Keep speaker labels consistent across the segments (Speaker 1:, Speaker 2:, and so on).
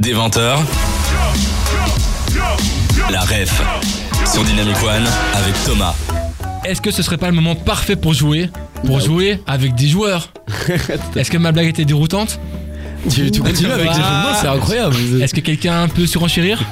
Speaker 1: Dès 20h, la ref sur Dynamic One avec Thomas.
Speaker 2: Est-ce que ce serait pas le moment parfait pour jouer Pour
Speaker 3: Bah
Speaker 2: jouer avec des joueurs Est-ce que ma blague était déroutante
Speaker 3: Tu, tu continues avec les
Speaker 2: Ah.
Speaker 3: journaux, c'est incroyable.
Speaker 2: Est-ce que quelqu'un peut surenchérir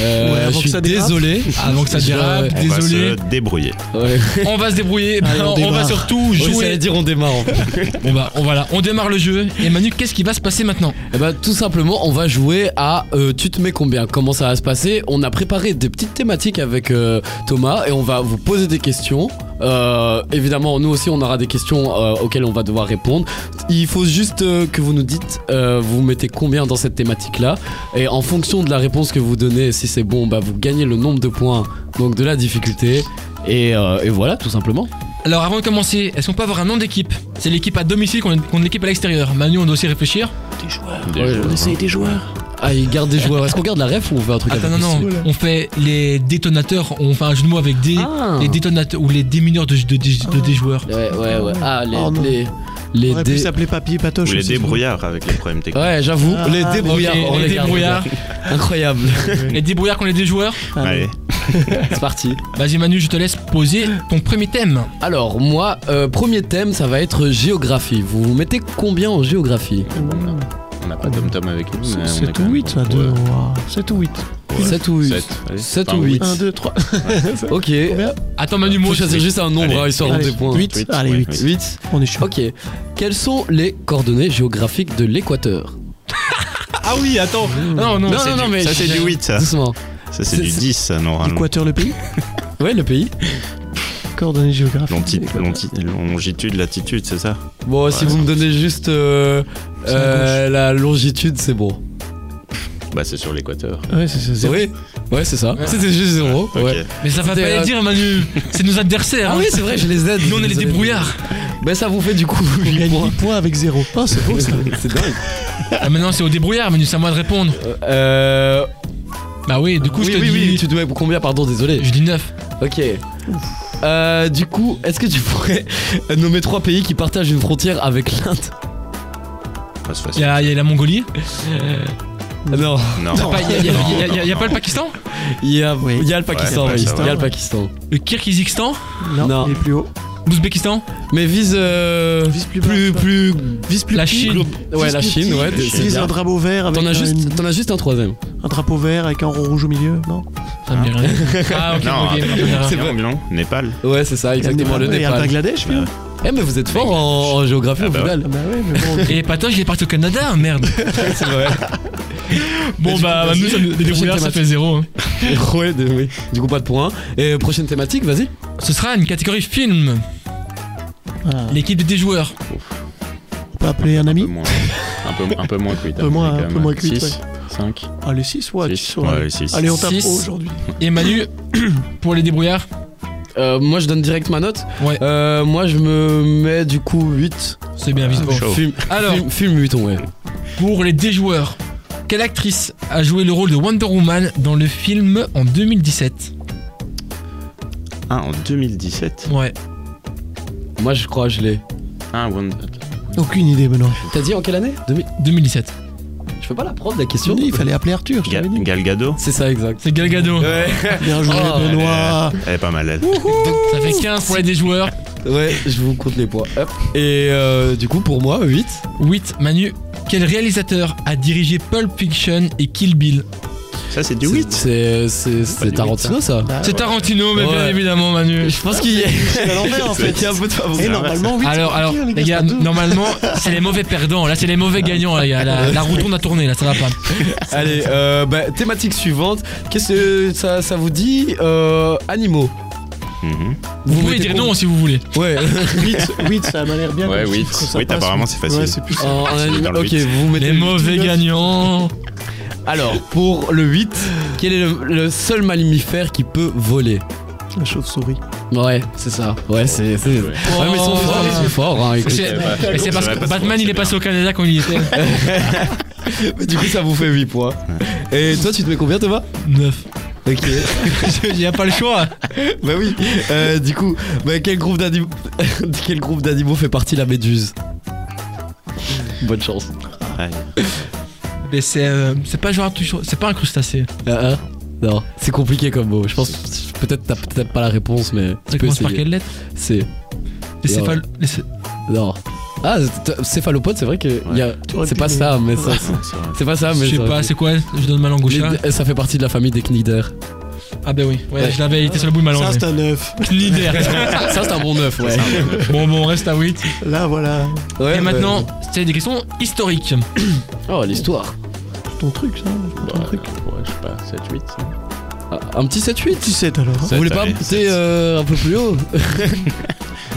Speaker 3: Euh,
Speaker 2: Ouais, avant
Speaker 3: je
Speaker 2: que
Speaker 3: suis
Speaker 2: ça dérape.
Speaker 3: désolé.
Speaker 2: Ah, Avant que ça
Speaker 3: Je-
Speaker 2: dérape,
Speaker 4: On va
Speaker 2: désolé.
Speaker 4: se débrouiller.
Speaker 3: Ouais.
Speaker 2: On va se débrouiller,
Speaker 3: Allez, on
Speaker 2: on, va
Speaker 3: démarre.
Speaker 2: surtout
Speaker 3: Oui, ça
Speaker 2: jouer.
Speaker 3: veut dire on démarre. en fait.
Speaker 2: on va, on, voilà, on démarre le jeu. Et Manu, qu'est-ce qui va se passer maintenant
Speaker 3: Eh ben, tout simplement, on va jouer à euh, tu te mets combien Comment ça va se passer On a préparé des petites thématiques avec euh, Thomas et on va vous poser des questions. Euh, évidemment, nous aussi, on aura des questions euh, auxquelles on va devoir répondre. Il faut juste euh, que vous nous dites, euh, vous mettez combien dans cette thématique-là. Et en fonction de la réponse que vous donnez, si c'est bon, bah, vous gagnez le nombre de points, donc de la difficulté. Et, euh, et voilà, tout simplement.
Speaker 2: Alors avant de commencer, est-ce qu'on peut avoir un nom d'équipe C'est l'équipe à domicile contre contre l'équipe à l'extérieur. Manu, on doit aussi réfléchir.
Speaker 3: Ouais,
Speaker 4: joueurs.
Speaker 3: on essaye des joueurs. Ah, ils gardent des joueurs. Est-ce qu'on garde la ref ou on fait un truc
Speaker 2: Attends, non,
Speaker 3: avec
Speaker 2: non,
Speaker 3: les-
Speaker 2: on fait les détonateurs, on fait un jeu de mots avec des.
Speaker 3: Ah.
Speaker 2: Les détonateurs ou les démineurs de, de- de- de- des joueurs.
Speaker 3: Ouais, ouais, ouais. Ah, les.
Speaker 5: Oh non.
Speaker 3: les, les
Speaker 5: On aurait
Speaker 3: dé-
Speaker 5: pu s'appeler Papy et Patoche.
Speaker 4: Ou les
Speaker 5: aussi, c'est
Speaker 4: débrouillards avec les problèmes techniques.
Speaker 3: Ouais, j'avoue.
Speaker 5: Ah,
Speaker 3: les
Speaker 5: les
Speaker 3: débrouillards.
Speaker 2: Ok,
Speaker 3: on
Speaker 2: les
Speaker 3: les garde,
Speaker 2: débrouillards.
Speaker 3: Incroyable.
Speaker 2: Les débrouillards qu'on est des joueurs.
Speaker 5: tout. Ah,
Speaker 4: Allez,
Speaker 3: C'est parti.
Speaker 2: Vas-y Manu, je te laisse poser ton premier thème.
Speaker 3: Alors, moi, euh, premier thème, ça va être géographie. Vous vous mettez combien en géographie
Speaker 6: On n'a pas Tom Tom avec nous.
Speaker 5: C'est 7 ou 8 ça,
Speaker 6: euh,
Speaker 5: 2. 7 ou 8.
Speaker 3: 7 ou 8
Speaker 6: 7.
Speaker 3: 7 ou 8
Speaker 5: 1, 2, 3.
Speaker 3: Ok.
Speaker 2: Attends Manu,
Speaker 3: Faut
Speaker 2: moi
Speaker 3: choisir juste un nombre,
Speaker 4: Allez.
Speaker 3: hein, histoire de des points.
Speaker 5: 8. Allez,
Speaker 4: ouais,
Speaker 5: 8.
Speaker 3: 8
Speaker 5: On est chaud.
Speaker 3: Ok. Quelles sont les coordonnées géographiques de l'équateur
Speaker 2: Ah oui, attends. Non, non, c'est du-
Speaker 3: mais.
Speaker 4: ça c'est du 8 ça.
Speaker 3: Doucement.
Speaker 4: Ça c'est
Speaker 3: C'est-
Speaker 4: du
Speaker 3: c'est-
Speaker 4: 10 ça normalement.
Speaker 5: Équateur, le pays
Speaker 3: Ouais, le pays.
Speaker 5: Coordonnées géographiques.
Speaker 4: Lonti-
Speaker 5: Équateur.
Speaker 4: lonti- Longitude, latitude, c'est ça
Speaker 3: Bon, si vous me donnez juste euh,
Speaker 5: C'est
Speaker 3: euh, la longitude, c'est bon.
Speaker 6: Bah, c'est sur l'équateur.
Speaker 5: Ouais, c'est ça. zéro.
Speaker 3: Oui, ouais, c'est ça.
Speaker 2: Ouais.
Speaker 3: C'était juste zéro.
Speaker 4: Ok.
Speaker 3: ouais.
Speaker 2: Mais ça va pas
Speaker 3: C'était,
Speaker 2: les
Speaker 3: euh,
Speaker 2: dire Manu. C'est nos adversaires.
Speaker 3: Ah
Speaker 2: hein.
Speaker 3: oui, c'est vrai, je les aide.
Speaker 2: Nous on est les
Speaker 3: Désolé.
Speaker 2: débrouillards.
Speaker 3: Bah ça vous fait du coup
Speaker 5: On
Speaker 3: 8
Speaker 5: gagne
Speaker 3: points.
Speaker 5: 8 points avec 0. Oh, c'est beau ça.
Speaker 3: C'est dingue.
Speaker 2: Ah, maintenant c'est aux débrouillards Manu, c'est à moi de répondre.
Speaker 3: Euh,
Speaker 2: Bah oui, du coup
Speaker 3: oui,
Speaker 2: je te
Speaker 3: oui,
Speaker 2: dis.
Speaker 3: oui, tu dois combien Pardon, désolé.
Speaker 2: Je dis 9.
Speaker 3: Ok. Euh, du coup, est-ce que tu pourrais nommer trois pays qui partagent une frontière avec l'Inde
Speaker 4: Ah, c'est
Speaker 2: Il
Speaker 4: facile.
Speaker 2: y, a il y a la Mongolie.
Speaker 3: Non,
Speaker 4: Non.
Speaker 2: Il y a, il y a- il y a- il y a- il y a pas le Pakistan
Speaker 3: il y a,
Speaker 5: Oui.
Speaker 3: il y a le Pakistan.
Speaker 4: Ouais,
Speaker 3: oui.
Speaker 4: Pakistan.
Speaker 3: Il y a le Pakistan.
Speaker 2: Le Kirghizistan
Speaker 5: Non,
Speaker 3: Non.
Speaker 5: il est plus haut.
Speaker 2: L'Ouzbékistan
Speaker 3: Mais vise, euh,
Speaker 5: Vise plus bas,
Speaker 3: plus,
Speaker 5: quoi.
Speaker 3: plus,
Speaker 2: Vise plus La Chine.
Speaker 3: ouais,
Speaker 5: Juste
Speaker 3: la
Speaker 5: le
Speaker 3: Chine,
Speaker 5: petit,
Speaker 3: ouais.
Speaker 4: la
Speaker 3: c'est
Speaker 4: Chine.
Speaker 5: Utilise
Speaker 3: bien.
Speaker 5: un drapeau vert avec
Speaker 3: T'en as
Speaker 5: un,
Speaker 3: juste,
Speaker 5: une-
Speaker 3: t'en as juste un troisième.
Speaker 5: un drapeau vert avec un rond rouge au milieu, non
Speaker 2: Ça me dit rien. Ah ok,
Speaker 4: Non,
Speaker 2: ok,
Speaker 4: attends.
Speaker 2: on verra.
Speaker 4: C'est bon, non Népal
Speaker 3: Ouais, c'est ça, exactement. Le
Speaker 5: Et Il y a le
Speaker 3: Népal.
Speaker 5: Bangladesh, finalement.
Speaker 3: Eh, mais vous êtes fort en, en géographie
Speaker 4: Ah
Speaker 3: au
Speaker 4: bah ouais.
Speaker 3: final.
Speaker 5: Ah Bah ouais, mais bon.
Speaker 2: Et Patoche, il est parti au Canada, merde.
Speaker 3: C'est vrai.
Speaker 2: Bon
Speaker 3: du
Speaker 2: bah
Speaker 3: coup,
Speaker 2: Manu,
Speaker 3: vas-y.
Speaker 2: ça, nous- les débrouillards ça fait hein. 0.
Speaker 3: ouais, de- oui. Du coup, pas de points. Et prochaine thématique, vas-y.
Speaker 2: Ce sera une catégorie film.
Speaker 5: voilà.
Speaker 2: L'équipe des joueurs.
Speaker 5: Ah. On peut appeler un
Speaker 6: Un peu
Speaker 5: ami
Speaker 6: moins. Un peu, un peu moins que 8.
Speaker 5: peu moins, un peu moins que huit,
Speaker 6: 6, 5.
Speaker 5: Ah, les 6, ouais,
Speaker 6: Six.
Speaker 5: tu sauras.
Speaker 4: Ouais, si, si.
Speaker 5: Allez, on tape
Speaker 2: Six.
Speaker 5: haut aujourd'hui.
Speaker 2: Et Manu, pour les débrouillards,
Speaker 3: Euh, moi, je donne direct ma note.
Speaker 2: Ouais.
Speaker 3: Euh, moi, je me mets du coup 8.
Speaker 2: c'est bien visible.
Speaker 4: chaud.
Speaker 3: Film,
Speaker 2: Alors,
Speaker 3: film, film 8, ouais.
Speaker 2: Ah, pour les déjoueurs, quelle actrice a joué le rôle de Wonder Woman dans le film en 2017
Speaker 4: Ah, en 2017.
Speaker 2: Ouais.
Speaker 3: Moi, je crois, que je l'ai.
Speaker 6: Ah, Wonder.
Speaker 5: Aucune idée, Benoît.
Speaker 3: T'as dit en quelle année 2000.
Speaker 2: 2017.
Speaker 3: Je peux pas la prendre, la question.
Speaker 5: Tu dis, il fallait appeler Arthur, je
Speaker 4: Ga-
Speaker 5: t'avais dit.
Speaker 4: Galgado
Speaker 3: C'est ça, exact.
Speaker 2: C'est Gal Gadot.
Speaker 3: Ouais,
Speaker 5: Bien joué,
Speaker 3: Oh,
Speaker 5: Benoît.
Speaker 4: Elle est pas mal, elle.
Speaker 2: Ça fait 15 pour les déjoueurs,
Speaker 3: ouais, je vous compte les points. Hop. Et euh, du coup, pour moi, 8.
Speaker 2: 8. Manu, quel réalisateur a dirigé Pulp Fiction et Kill Bill
Speaker 4: Ça, c'est du 8
Speaker 3: C'est c'est- c'est hein.
Speaker 6: du huit,
Speaker 3: Tarantino, ça
Speaker 5: Bah,
Speaker 2: C'est Tarantino, mais bien
Speaker 3: Ouais.
Speaker 2: évidemment, Manu.
Speaker 3: Je pense qu'il y a.
Speaker 5: c'est à l'envers, en fait.
Speaker 3: Il y a un peu de favori.
Speaker 5: Et normalement, oui.
Speaker 2: Alors, alors,
Speaker 5: les
Speaker 2: hein, les gars,
Speaker 5: gars, c'est pas tout.
Speaker 2: normalement, c'est les mauvais perdants. Là, c'est les mauvais gagnants, les gars. La, la roue tourne à tourner, là, ça va pas.
Speaker 3: Allez, euh, bah, thématique suivante. Qu'est-ce que ça, ça vous dit euh, Animaux.
Speaker 4: Mhm.
Speaker 2: Vous, pouvez
Speaker 3: mettez
Speaker 2: dire
Speaker 3: combien
Speaker 2: non si vous voulez.
Speaker 3: Ouais.
Speaker 5: 8, 8, ça m'a l'air bien.
Speaker 6: Ouais,
Speaker 5: comme
Speaker 6: huit.
Speaker 5: chiffre, ça
Speaker 4: Huit,
Speaker 5: passe.
Speaker 4: apparemment, c'est facile.
Speaker 5: Ouais, c'est plus
Speaker 3: En- en
Speaker 4: C'est
Speaker 3: anime-
Speaker 4: dans le
Speaker 3: Ok,
Speaker 4: huit.
Speaker 3: vous mettez
Speaker 2: Les
Speaker 3: le-
Speaker 2: mauvais gagnants.
Speaker 3: Alors, pour le 8, quel est le, le seul mammifère qui peut voler
Speaker 5: la chauve-souris.
Speaker 3: Ouais, c'est ça. Ouais, c'est. c'est- Ouais, mais ils sont
Speaker 2: Oh.
Speaker 3: forts, ils sont forts. hein, écoute.
Speaker 2: C'est-
Speaker 6: Ouais,
Speaker 2: mais c'est parce
Speaker 4: ouais,
Speaker 2: que
Speaker 4: parce
Speaker 2: Batman,
Speaker 4: que
Speaker 2: il est
Speaker 4: c'est
Speaker 2: passé au Canada quand il y était.
Speaker 3: Mais du coup, ça vous fait 8 points. Et toi, tu te mets combien, Thomas
Speaker 2: 9.
Speaker 3: Ok.
Speaker 2: Il n'y a pas le choix.
Speaker 3: bah oui. Euh, du coup, bah, quel groupe d'animaux quel groupe d'animaux fait partie la méduse Bonne chance.
Speaker 4: Ouais.
Speaker 2: mais c'est euh, c'est pas genre un touche- c'est pas un crustacé.
Speaker 3: Euh, euh, non, c'est compliqué comme mot. Je pense peut-être t'as peut-être pas la réponse, mais tu
Speaker 2: Ça
Speaker 3: peux
Speaker 2: commence par
Speaker 3: essayer.
Speaker 2: quelle lettre
Speaker 3: C'est
Speaker 2: Les
Speaker 3: Non.
Speaker 2: céphalo- les cé-
Speaker 3: non. Ah, c'est- céphalopode, c'est vrai que il y a-
Speaker 5: aurais
Speaker 3: c'est
Speaker 5: pu
Speaker 3: pas
Speaker 5: le-
Speaker 3: ça, mais ça.
Speaker 6: Non, c'est vrai.
Speaker 3: C'est pas ça, Ah, mais
Speaker 2: Je sais
Speaker 3: ça aurait
Speaker 2: pas,
Speaker 3: pu.
Speaker 2: c'est quoi Je donne ma langue au
Speaker 3: Les-
Speaker 2: chat.
Speaker 3: ça fait partie de la famille des cnidaires.
Speaker 2: Ah bah oui, ouais,
Speaker 3: Ouais.
Speaker 2: je l'avais, il était sur le bout de ma langue.
Speaker 5: Ça, c'est un œuf.
Speaker 2: mais- Leader.
Speaker 3: ça, c'est un bon neuf, ouais.
Speaker 2: Bon, bon, on reste à 8.
Speaker 5: Là, voilà
Speaker 3: Ouais,
Speaker 2: Et maintenant, c'était des questions historiques.
Speaker 3: Oh, l'histoire.
Speaker 5: ton truc, ça. Ton
Speaker 4: Bah.
Speaker 6: Ouais,
Speaker 5: truc.
Speaker 6: Bah, ouais, je sais pas, 7, 8.
Speaker 3: Ah, Un petit 7-8.
Speaker 5: Tu sais, hein. alors.
Speaker 3: Vous
Speaker 6: Sept,
Speaker 3: voulez pas
Speaker 6: allez,
Speaker 3: monter
Speaker 6: sept.
Speaker 3: euh, un peu plus haut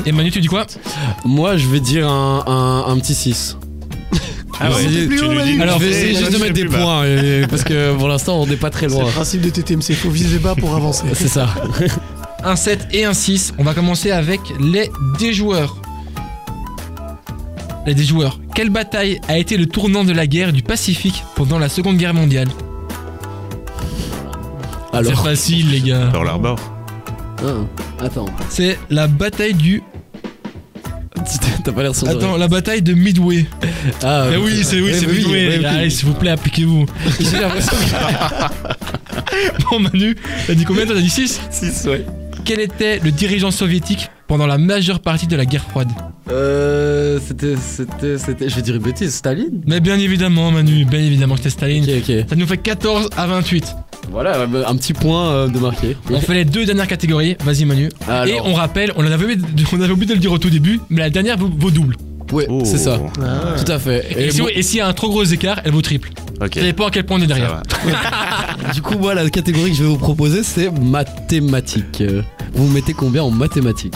Speaker 2: Et Manu, tu dis quoi
Speaker 3: Moi, je vais dire un, un, un petit 6.
Speaker 4: Ah ouais,
Speaker 3: Vas-y,
Speaker 4: tu
Speaker 5: plus haut,
Speaker 4: nous dis.
Speaker 5: Manu.
Speaker 3: Alors,
Speaker 5: vais-
Speaker 3: c'est
Speaker 5: je
Speaker 3: juste de
Speaker 4: vais
Speaker 3: mettre des
Speaker 4: plus bah. bas.
Speaker 3: points, et- parce que pour l'instant, on n'est pas très
Speaker 5: C'est
Speaker 3: loin.
Speaker 5: le principe de TTMC, faut viser bas pour avancer.
Speaker 3: C'est ça.
Speaker 2: Un 7 et un 6. On va commencer avec les déjoueurs. Les déjoueurs. Quelle bataille a été le tournant de la guerre du Pacifique pendant la Seconde Guerre mondiale C'est
Speaker 3: Alors,
Speaker 2: facile, les gars.
Speaker 4: Pearl Harbor.
Speaker 3: hein, attends.
Speaker 2: C'est la bataille du.
Speaker 3: T'as pas l'air sans
Speaker 2: Attends, la bataille de Midway.
Speaker 3: Ah,
Speaker 2: Eh oui, c'est oui,
Speaker 3: eh
Speaker 2: c'est
Speaker 3: oui,
Speaker 2: Midway.
Speaker 3: eh oui.
Speaker 2: Allez, s'il vous plaît, appliquez-vous.
Speaker 3: J'ai l'impression que
Speaker 2: Bon, Manu, t'as dit combien Toi, T'as dit 6
Speaker 3: 6, ouais.
Speaker 2: Quel était le dirigeant soviétique pendant la majeure partie de la guerre froide
Speaker 3: Euh. C'était. C'était. C'était. Je vais dire une bêtise, Staline
Speaker 2: Mais bien évidemment, Manu, bien évidemment, c'était Staline.
Speaker 3: Ok, ok.
Speaker 2: Ça nous fait 14 à 28.
Speaker 3: Voilà, un petit point euh, de marqué.
Speaker 2: On fait les deux dernières catégories. Vas-y, Manu. Et
Speaker 3: Alors,
Speaker 2: on rappelle, on en avait, oublié de- on avait oublié de le dire au tout début, mais la dernière vaut, vaut double.
Speaker 3: ouais,
Speaker 4: Oh.
Speaker 3: c'est ça. Tout à fait.
Speaker 2: Et,
Speaker 3: Ah. Et
Speaker 2: si-
Speaker 3: moi-
Speaker 2: et s'il y a un trop gros écart, elle vaut triple.
Speaker 4: Ok.
Speaker 2: Ça dépend à quel point on est
Speaker 4: ça
Speaker 2: derrière.
Speaker 4: va.
Speaker 3: du coup, moi, la catégorie que je vais vous proposer, c'est mathématiques. Euh, Vous mettez combien en mathématiques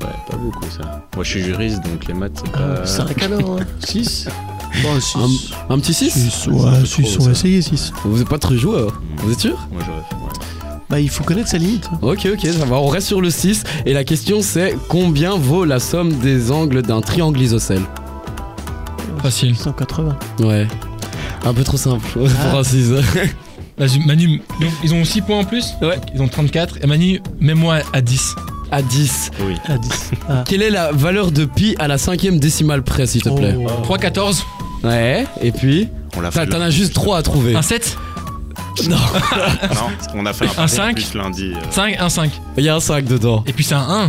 Speaker 6: Ouais, pas beaucoup ça. Moi je suis juriste donc les maths c'est pas.
Speaker 5: 5 alors,
Speaker 3: hein.
Speaker 5: 6
Speaker 3: un, un petit 6
Speaker 5: Ouais, 6, on
Speaker 6: ça.
Speaker 5: va essayer 6.
Speaker 3: Vous êtes pas très joueur, vous êtes sûr
Speaker 6: Moi j'aurais fait. ouais.
Speaker 5: Bah, il faut connaître sa limite.
Speaker 3: Ok, ok, ça va, on reste sur le 6. Et la question, c'est combien vaut la somme des angles d'un triangle isocèle
Speaker 2: Facile.
Speaker 5: 180.
Speaker 3: Ouais. Un peu trop simple pour un 6.
Speaker 2: Vas-y, Manu, donc, ils ont 6 points en plus
Speaker 3: Ouais.
Speaker 2: Ils ont 34. Et Manu, mets-moi à 10.
Speaker 3: À 10.
Speaker 5: À 10. Ah.
Speaker 3: Quelle est la valeur de pi à la cinquième décimale près, s'il te plaît
Speaker 5: Oh.
Speaker 2: 3, 14,
Speaker 3: Ouais, et puis
Speaker 5: Ah,
Speaker 4: On l'a
Speaker 3: T'as-
Speaker 4: fait.
Speaker 3: T'en as juste 3 à trouver.
Speaker 2: 1, 7,
Speaker 3: Non,
Speaker 4: Non, on a fait
Speaker 2: Un cinq.
Speaker 4: Plus lundi. euh,
Speaker 2: 5, 1, 5.
Speaker 3: il y a un 5 dedans.
Speaker 2: Et puis c'est un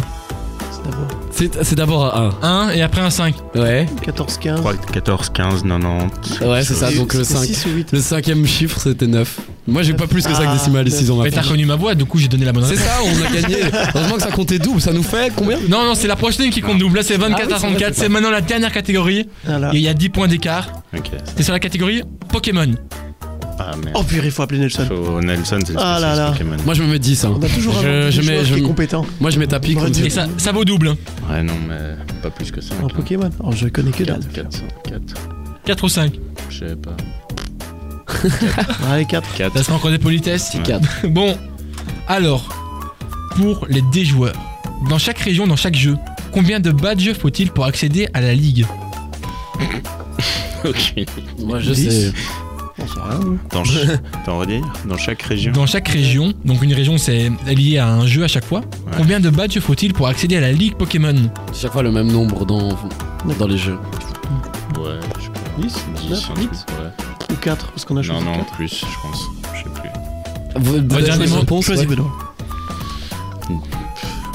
Speaker 5: C'est d'abord
Speaker 3: C'est c'est d'abord un
Speaker 2: 1, 1 et après un 5.
Speaker 3: 1. Ouais,
Speaker 5: 14, 15.
Speaker 4: 3, 14, 15, 90.
Speaker 3: ouais, c'est ça, donc le 5.
Speaker 5: 6 ou 8.
Speaker 3: Le cinquième chiffre, c'était 9. Moi, j'ai pas plus que 5
Speaker 5: Ah,
Speaker 3: décimales ici dans ma
Speaker 2: Mais t'as
Speaker 3: fiche.
Speaker 2: reconnu ma voix, du coup j'ai donné la bonne
Speaker 3: C'est
Speaker 2: réponse.
Speaker 3: ça, on a gagné. Heureusement que ça comptait double, ça nous fait combien
Speaker 2: Non, non, c'est la prochaine qui compte double. Là c'est 24
Speaker 3: Ah oui,
Speaker 2: à
Speaker 3: c'est vrai,
Speaker 2: 34.
Speaker 3: c'est Ah.
Speaker 2: C'est maintenant la dernière catégorie.
Speaker 5: Voilà.
Speaker 2: Et il y a 10 points d'écart.
Speaker 4: Ok.
Speaker 2: C'est sur la catégorie Pokémon.
Speaker 4: Ah merde.
Speaker 5: Oh purée, il faut appeler Nelson.
Speaker 4: Faut- Nelson, c'est le
Speaker 5: Ah là
Speaker 4: spécialiste
Speaker 5: là.
Speaker 4: Pokémon.
Speaker 3: Moi, je me mets 10. Hein.
Speaker 5: On a toujours
Speaker 3: Je-
Speaker 5: un
Speaker 3: je mets- je
Speaker 5: qui est
Speaker 3: mets-
Speaker 5: compétent.
Speaker 3: Moi, je mets tapis comme ça.
Speaker 2: Et ça, ça vaut double. hein.
Speaker 6: Ouais non mais pas plus que ça.
Speaker 5: En Pokémon. Oh, je connais que dalle.
Speaker 6: 4, 4,
Speaker 2: 4 ou 5.
Speaker 6: je sais pas.
Speaker 5: Ouais, 4.
Speaker 6: 4.
Speaker 2: Ça sera encore des politesses.
Speaker 3: Quatre.
Speaker 2: Bon, alors, pour les déjoueurs, dans chaque région, dans chaque jeu, combien de badges faut-il pour accéder à la ligue
Speaker 6: Ok.
Speaker 3: Moi, je
Speaker 5: Dix.
Speaker 3: sais.
Speaker 4: Dans, ch- T'en redire Dans chaque région
Speaker 2: Dans chaque région, donc une région c'est lié à un jeu à chaque fois, combien de badges faut-il pour accéder à la ligue Pokémon
Speaker 3: Chaque fois le même nombre dans, dans les jeux.
Speaker 6: Ouais, je sais pas.
Speaker 5: 10,
Speaker 6: 10,
Speaker 5: 9,
Speaker 6: un
Speaker 5: 8
Speaker 6: truc, ouais.
Speaker 5: ou 4 Parce qu'on a
Speaker 6: Non,
Speaker 5: choisi.
Speaker 6: non,
Speaker 5: 4.
Speaker 6: plus, je pense. Je sais plus.
Speaker 3: Vous
Speaker 2: Bah,
Speaker 3: donnez
Speaker 2: dernier
Speaker 3: une
Speaker 2: mot.
Speaker 3: réponse
Speaker 5: Choisis Benoît.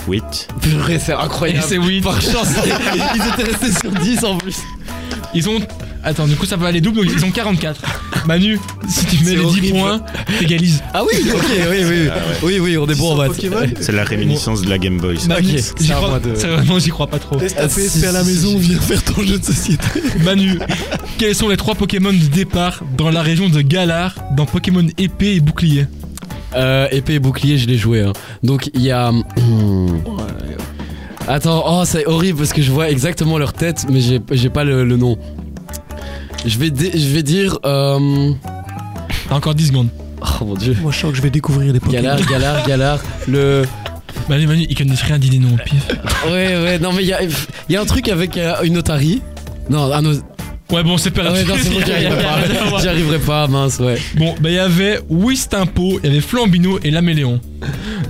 Speaker 4: 8.
Speaker 3: Purée, c'est
Speaker 2: Et
Speaker 3: incroyable.
Speaker 2: c'est oui.
Speaker 3: Par chance, ils étaient restés sur 10 en plus.
Speaker 2: Ils ont. Attends, du coup ça va aller double, donc ils ont 44. Manu, si tu mets
Speaker 3: C'est
Speaker 2: les 10
Speaker 3: horrible.
Speaker 2: points, t'égalises.
Speaker 3: Ah oui, ok, oui,
Speaker 5: Ah
Speaker 3: oui. Oui, oui, on est bon bah, en maths. Euh,
Speaker 5: Pokémon
Speaker 4: C'est la réminiscence de la Game Boy. ça.
Speaker 3: Ok,
Speaker 2: Manu,
Speaker 3: c'est
Speaker 2: j'y
Speaker 3: à
Speaker 2: crois-
Speaker 3: moi de-
Speaker 2: Sérieusement, j'y crois pas trop.
Speaker 5: Laisse
Speaker 3: Ah,
Speaker 5: ta
Speaker 3: si,
Speaker 5: PSP à la
Speaker 3: si,
Speaker 5: maison,
Speaker 3: si.
Speaker 5: viens faire ton jeu de société.
Speaker 2: Manu, quels sont les trois Pokémon du départ dans la région de Galar, dans Pokémon épée et bouclier
Speaker 3: Euh, épée et bouclier, je l'ai joué. hein. Donc il y a. hum, Attends, oh c'est horrible parce que je vois exactement leur tête, mais j'ai j'ai pas le, le nom. Je vais, dé- je vais dire. euh,
Speaker 2: T'as encore 10 secondes.
Speaker 3: Oh mon dieu.
Speaker 5: Moi, je sens que je vais découvrir les Pokémon.
Speaker 3: Galard, galard, galard. Le.
Speaker 2: Manu, Manu, il connaît rien, dis des noms au pif.
Speaker 3: Ouais, ouais, non mais il y a, il y a un truc avec euh, une otarie. Non, un os-
Speaker 2: Ouais, bon, c'est
Speaker 3: ah
Speaker 2: perdu.
Speaker 3: ouais, non, c'est bon, j'y
Speaker 2: Il y a-
Speaker 3: arriverai
Speaker 2: il y a-
Speaker 3: pas. J'y arriverai pas, mince, ouais.
Speaker 2: Bon, bah, il y avait Wistimpo, il y avait Flambino et Laméléon.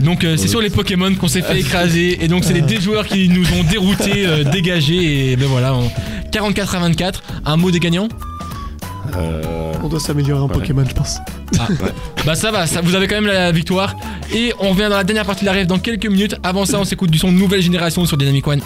Speaker 2: Donc, euh, c'est sur les Pokémon qu'on s'est fait écraser. Et donc, c'est les déjoueurs qui nous ont déroutés, euh, dégagés. Et ben voilà, on- 44 à 24. Un mot des gagnants
Speaker 4: Euh,
Speaker 5: On doit s'améliorer en
Speaker 6: Voilà.
Speaker 5: Pokémon, je pense.
Speaker 2: Bah ça va, ça, vous avez quand même la victoire. Et on revient dans la dernière partie de la rêve dans quelques minutes. Avant ça, on s'écoute du son nouvelle génération sur Dynamic One.